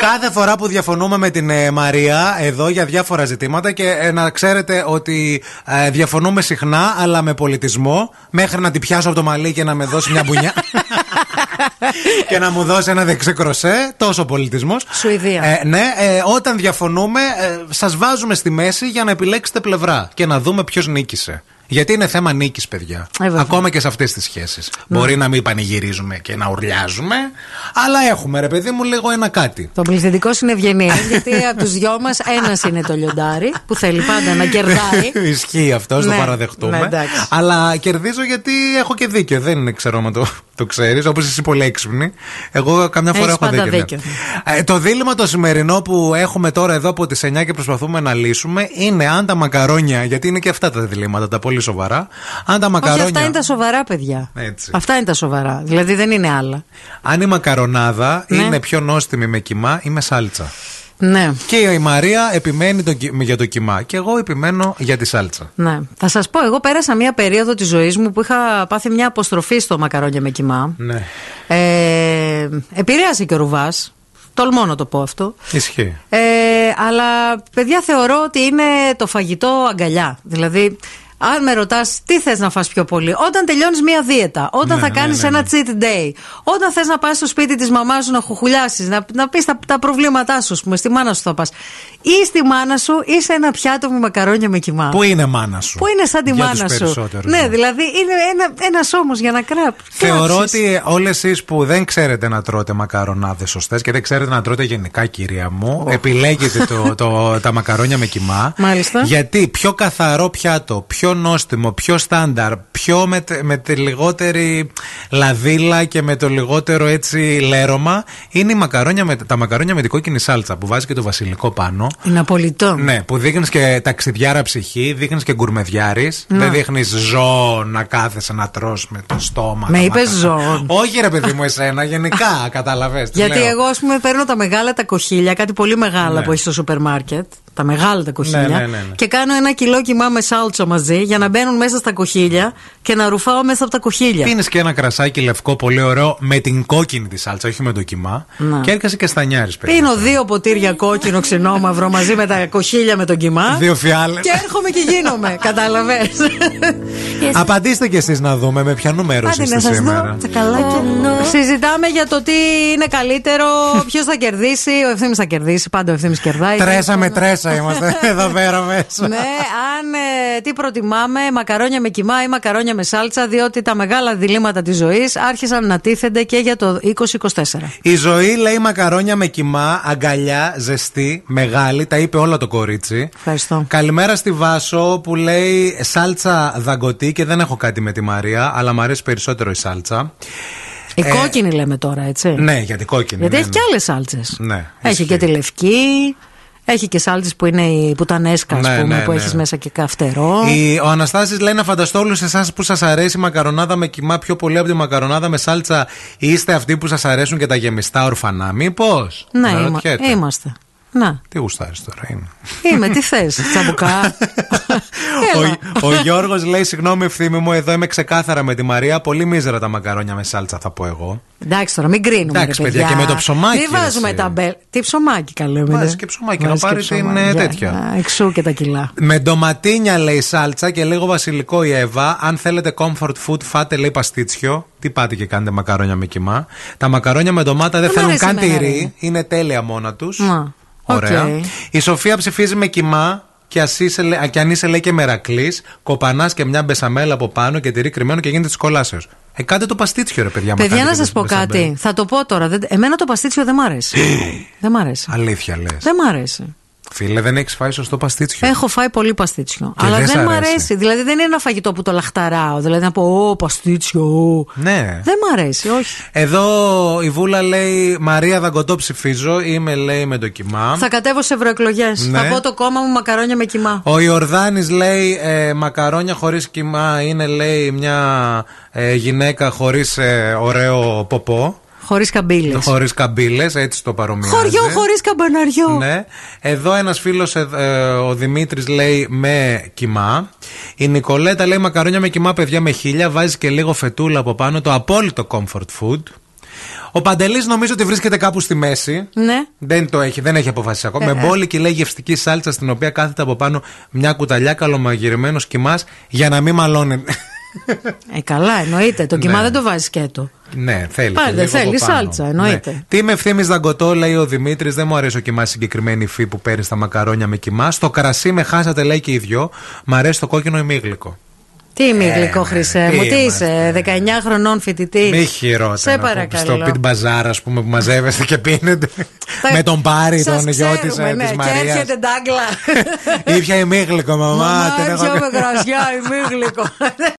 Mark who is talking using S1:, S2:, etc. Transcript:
S1: Κάθε φορά που διαφωνούμε με την ε, Μαρία εδώ για διάφορα ζητήματα και ε, να ξέρετε ότι ε, διαφωνούμε συχνά αλλά με πολιτισμό μέχρι να την πιάσω από το μαλλί και να με δώσει μια μπουνιά. και να μου δώσει ένα δεξικροσέ, τόσο πολιτισμός.
S2: Σουηδία.
S1: Ε, ναι, ε, όταν διαφωνούμε, ε, σας βάζουμε στη μέση για να επιλέξετε πλευρά και να δούμε ποιος νίκησε. Γιατί είναι θέμα νίκης, παιδιά.
S2: Ε, βέβαια. Ναι.
S1: Ακόμα και σε αυτές τις σχέσεις. Μπορεί να μην πανηγυρίζουμε και να ουρλιάζουμε, αλλά έχουμε, ρε παιδί μου, λίγο ένα κάτι.
S2: Το πληθυντικό είναι ευγενή, γιατί από τους δυο μας ένας είναι το λιοντάρι που θέλει πάντα να κερδάει.
S1: Ισχύει αυτό, το
S2: Ναι, ναι,
S1: παραδεχτούμε.
S2: εντάξει.
S1: Αλλά κερδίζω γιατί έχω και δίκιο. Δεν είναι ξέρω άμα το, το ξέρεις, όπως εσύ πολύ έξυπνη. Εγώ καμιά φορά
S2: Έχεις
S1: έχω
S2: πάντα
S1: δίκιο. ναι.
S2: δίκιο.
S1: Ε, το δίλημα το σημερινό που έχουμε τώρα εδώ από τις 9 και προσπαθούμε να λύσουμε είναι αν τα μακαρόνια, γιατί είναι και αυτά τα διλήμματα, τα πολύ σοβαρά. Αν τα
S2: Όχι,
S1: μακαρόνια.
S2: αυτά είναι τα σοβαρά, παιδιά.
S1: Έτσι.
S2: Αυτά είναι τα σοβαρά. Δηλαδή δεν είναι άλλα.
S1: Αν η μακαρονάδα
S2: Ναι.
S1: είναι πιο νόστιμη με κιμά ή με σάλτσα.
S2: Ναι.
S1: Και η Μαρία επιμένει το, κι- για το κιμά. Και εγώ επιμένω για τη σάλτσα.
S2: Ναι. Θα σας πω, εγώ πέρασα μία περίοδο της ζωής μου που είχα πάθει μια αποστροφή στο μακαρόνια με κοιμά.
S1: Ναι.
S2: Ε, επηρέασε και ο Ρουβάς. Τολμώ να το πω αυτό.
S1: Ισχύει.
S2: Ε, αλλά παιδιά θεωρώ ότι είναι το φαγητό αγκαλιά. Δηλαδή, αν με ρωτάς τι θες να φας πιο πολύ, όταν τελειώνεις μία δίαιτα, όταν
S1: Ναι,
S2: θα
S1: ναι,
S2: κάνεις
S1: ναι,
S2: ένα
S1: ναι.
S2: cheat day, όταν θες να πας στο σπίτι της μαμάς σου να χουχουλιάσεις, να, να πεις τα, τα προβλήματά σου, ας πούμε, στη μάνα σου θα πας. Ή στη μάνα σου ή σε ένα πιάτο με μακαρόνια με κοιμά.
S1: Πού είναι μάνα σου.
S2: Που είναι σαν τη
S1: Για τους
S2: μάνα σου.
S1: περισσότερους,
S2: Ναι, δηλαδή είναι ένα ένας ώμος για να κράπ.
S1: Θεωρώ
S2: κράψεις.
S1: ότι όλες εσείς που δεν ξέρετε να τρώτε μακαρονάδες σωστές και δεν ξέρετε να τρώτε γενικά, κυρία μου, επιλέγετε το, το, τα μακαρόνια με κοιμά.
S2: Μάλιστα.
S1: Γιατί πιο καθαρό πιάτο, πιο νόστιμο, πιο στάνταρ, πιο με, τε- με τη λιγότερη λαδίλα και με το λιγότερο έτσι λέρωμα είναι η μακαρόνια με, τα μακαρόνια με την κόκκινη σάλτσα που βάζει και το βασιλικό πάνω.
S2: Είναι απολυτό.
S1: Ναι, που δείχνεις και ταξιδιάρα ψυχή, δείχνεις και γκουρμεδιάρης.
S2: Ναι.
S1: Δεν δείχνεις ζώο να κάθεσαι να τρώ με το στόμα.
S2: Με
S1: τα
S2: είπες
S1: μάτια.
S2: ζώο.
S1: Όχι, ρε παιδί μου, εσένα, γενικά, κατάλαβε.
S2: Γιατί εγώ, ας πούμε, παίρνω τα μεγάλα τα κοχύλια, κάτι πολύ μεγάλα
S1: Ναι.
S2: που έχει στο σούπερ μάρκετ. Τα μεγάλα τα κοχύλια.
S1: Ναι, ναι, ναι, ναι.
S2: Και κάνω ένα κιλό κοιμά με σάλτσα μαζί για να μπαίνουν μέσα στα κοχύλια και να ρουφάω μέσα από τα κοχύλια.
S1: Πίνεις και ένα κρασάκι λευκό πολύ ωραίο με την κόκκινη τη σάλτσα, όχι με το κοιμά.
S2: Ναι.
S1: Και έρχεσαι και στανιάρη, παιδί.
S2: Πίνω δύο ποτήρια κόκκινο ξινό μαύρο μαζί με τα κοχύλια με τον κοιμά.
S1: Δύο φιάλες.
S2: Και έρχομαι και γίνομαι. Κατάλαβε.
S1: Απαντήστε κι εσείς να δούμε με ποια νούμερο
S2: Άντε
S1: είστε
S2: να σας
S1: σήμερα.
S2: δω. Τσακαλάκι. Συζητάμε για το τι είναι καλύτερο, ποιος θα κερδίσει. Ο ευθύνη θα κερδίσει. Πάντα ο ευθύνη κερδάει.
S1: Τρέσα με τρέσα είμαστε εδώ πέρα μέσα.
S2: Ναι, αν ε, τι προτιμάμε, μακαρόνια με κοιμά ή μακαρόνια με σάλτσα, διότι τα μεγάλα διλήμματα της ζωής άρχισαν να τίθενται και για το 2024.
S1: Η ζωή λέει μακαρόνια με κοιμά, αγκαλιά, ζεστή, μεγάλη. Τα είπε όλα το κορίτσι.
S2: Ευχαριστώ.
S1: Καλημέρα στη Βάσο που λέει σάλτσα δαγκωτή και δεν έχω κάτι με τη Μαρία, αλλά μου αρέσει περισσότερο η σάλτσα.
S2: Η κόκκινη λέμε τώρα, έτσι.
S1: Ε, Ναι, γιατί κόκκινη.
S2: Γιατί
S1: ναι,
S2: έχει
S1: ναι.
S2: και άλλες σάλτσες.
S1: Ναι,
S2: Έχει
S1: ισχύει.
S2: και τη λευκή. Έχει και σάλτσε που είναι η πουτανέσκα, ας
S1: Ναι,
S2: πούμε,
S1: ναι,
S2: που
S1: ναι.
S2: έχει μέσα και καυτερό.
S1: Η- ο Αναστάσης λέει να φανταστώ όλους εσάς που σας αρέσει η μακαρονάδα με κοιμά πιο πολύ από τη μακαρονάδα με σάλτσα. Είστε αυτοί που σας αρέσουν και τα γεμιστά ορφανά, μήπως.
S2: Ναι, είμα- είμαστε. Να.
S1: Τι γουστάρεις τώρα είναι.
S2: Είμαι, τι θες, τσαμπουκά. Έλα.
S1: ο, ο Γιώργος λέει συγγνώμη ευθύμη μου Εδώ είμαι ξεκάθαρα με τη Μαρία Πολύ μίζερα τα μακαρόνια με σάλτσα θα πω εγώ
S2: Εντάξει τώρα, μην κρίνουμε.
S1: Εντάξει,
S2: ρε,
S1: παιδιά, και με το ψωμάκι,
S2: Δεν βάζουμε
S1: εσύ.
S2: τα μπέλ. Τι ψωμάκι καλέ μου.
S1: Βάζεις
S2: ναι.
S1: και ψωμάκι, να
S2: Βάζεις και
S1: πάρεις την,
S2: ψωμάκι,
S1: ε,
S2: για-
S1: τέτοια.
S2: να Εξού και τα κιλά.
S1: Με ντοματίνια λέει σάλτσα και λίγο βασιλικό η Εύα. Αν θέλετε comfort food, φάτε λέει παστίτσιο. Τι πάτε και κάνετε μακαρόνια με κοιμά. Τα μακαρόνια με ντομάτα δεν
S2: μ'
S1: θέλουν
S2: αρέσει
S1: καν
S2: εμένα, ρε.
S1: τυρί. Είναι τέλεια μόνα τους.
S2: Να.
S1: Ωραία.
S2: Οκ.
S1: Η Σοφία ψηφίζει με κοιμά. Και, ας είσαι, λέ- α, και αν είσαι λέει και μερακλής, κοπανάς και μια μπεσαμέλα από πάνω και τυρί κρυμμένο και γίνεται της κολάσεως. Ε, κάντε το παστίτσιο, ρε παιδιά. άμα
S2: Παιδιά,
S1: κάνετε
S2: να σας
S1: μπες-
S2: πω
S1: μπεσαμέλα.
S2: κάτι. Θα το πω τώρα. Δεν- Εμένα το παστίτσιο δεν μ' αρέσει. δεν μ' αρέσει.
S1: Αλήθεια λες.
S2: Δεν μ' αρέσει.
S1: Φίλε, δεν έχεις φάει σωστό παστίτσιο.
S2: Έχω φάει πολύ παστίτσιο.
S1: Και
S2: αλλά
S1: δεν σ'
S2: δεν μ'
S1: αρέσει.
S2: αρέσει. Δηλαδή δεν είναι ένα φαγητό που το λαχταράω. Δηλαδή να πω, Ω, παστίτσιο. ω».
S1: Ναι.
S2: Δεν μ' αρέσει, όχι.
S1: Εδώ η Βούλα λέει Μαρία Δαγκωτό ψηφίζω. Είμαι λέει με το κοιμά.
S2: Θα κατέβω σε ευρωεκλογές.
S1: Ναι.
S2: Θα πω το κόμμα μου μακαρόνια με κοιμά.
S1: Ο Ιορδάνης λέει ε, μακαρόνια χωρίς κοιμά είναι λέει μια ε, γυναίκα χωρίς ωραίο ποπό.
S2: Χωρίς καμπύλες.
S1: Χωρίς καμπύλες, έτσι το παρομοιάζει.
S2: Χωριό χωρίς καμπαναριό.
S1: Ναι. Εδώ ένας φίλος, ε, ο Δημήτρης, λέει με κοιμά. Η Νικολέτα λέει μακαρόνια με κοιμά, παιδιά με χίλια. Βάζεις και λίγο φετούλα από πάνω. Το απόλυτο comfort food. Ο Παντελής νομίζω ότι βρίσκεται κάπου στη μέση.
S2: Ναι.
S1: Δεν το έχει, δεν έχει αποφασίσει ακόμα.
S2: Ε,
S1: Με
S2: ε.
S1: μπόλικη λέει γευστική σάλτσα στην οποία κάθεται από πάνω μια κουταλιά καλομαγειρεμένο κοιμάς για να μην μαλώνει.
S2: Ε, καλά, εννοείται. Το κοιμά
S1: Ναι.
S2: δεν το βάζεις σκέτο.
S1: ναι, θέλει.
S2: Πάντα
S1: και λίγο
S2: θέλει
S1: από πάνω.
S2: σάλτσα, εννοείται.
S1: Ναι. Τι με ευθύνη δαγκωτό, λέει ο Δημήτρης, δεν μου αρέσει ο κοιμά συγκεκριμένη υφή που παίρνει στα μακαρόνια με κοιμά. Στο κρασί με χάσατε, λέει και οι δυο. Μ' αρέσει το κόκκινο ημίγλικο.
S2: Τι είμαι γλυκό,
S1: ναι,
S2: Χρυσέ
S1: τι
S2: μου, τι είσαι,
S1: είμαστε.
S2: 19 χρονών φοιτητή.
S1: Μη χειρότερα.
S2: Σε
S1: που Στο
S2: παρακαλώ.
S1: πιτ μπαζάρα, ας πούμε, που μαζεύεστε και πίνετε.
S2: Τα-
S1: με τον Πάρη,
S2: Σας
S1: τον ε, γιο της
S2: ξέρουμε, ναι, Και
S1: Μαρίας.
S2: έρχεται ντάγκλα.
S1: Ήπια ημίγλικο, μαμά.
S2: Μαμά,
S1: την έχω-
S2: έπιαμε κρασιά, ημίγλικο.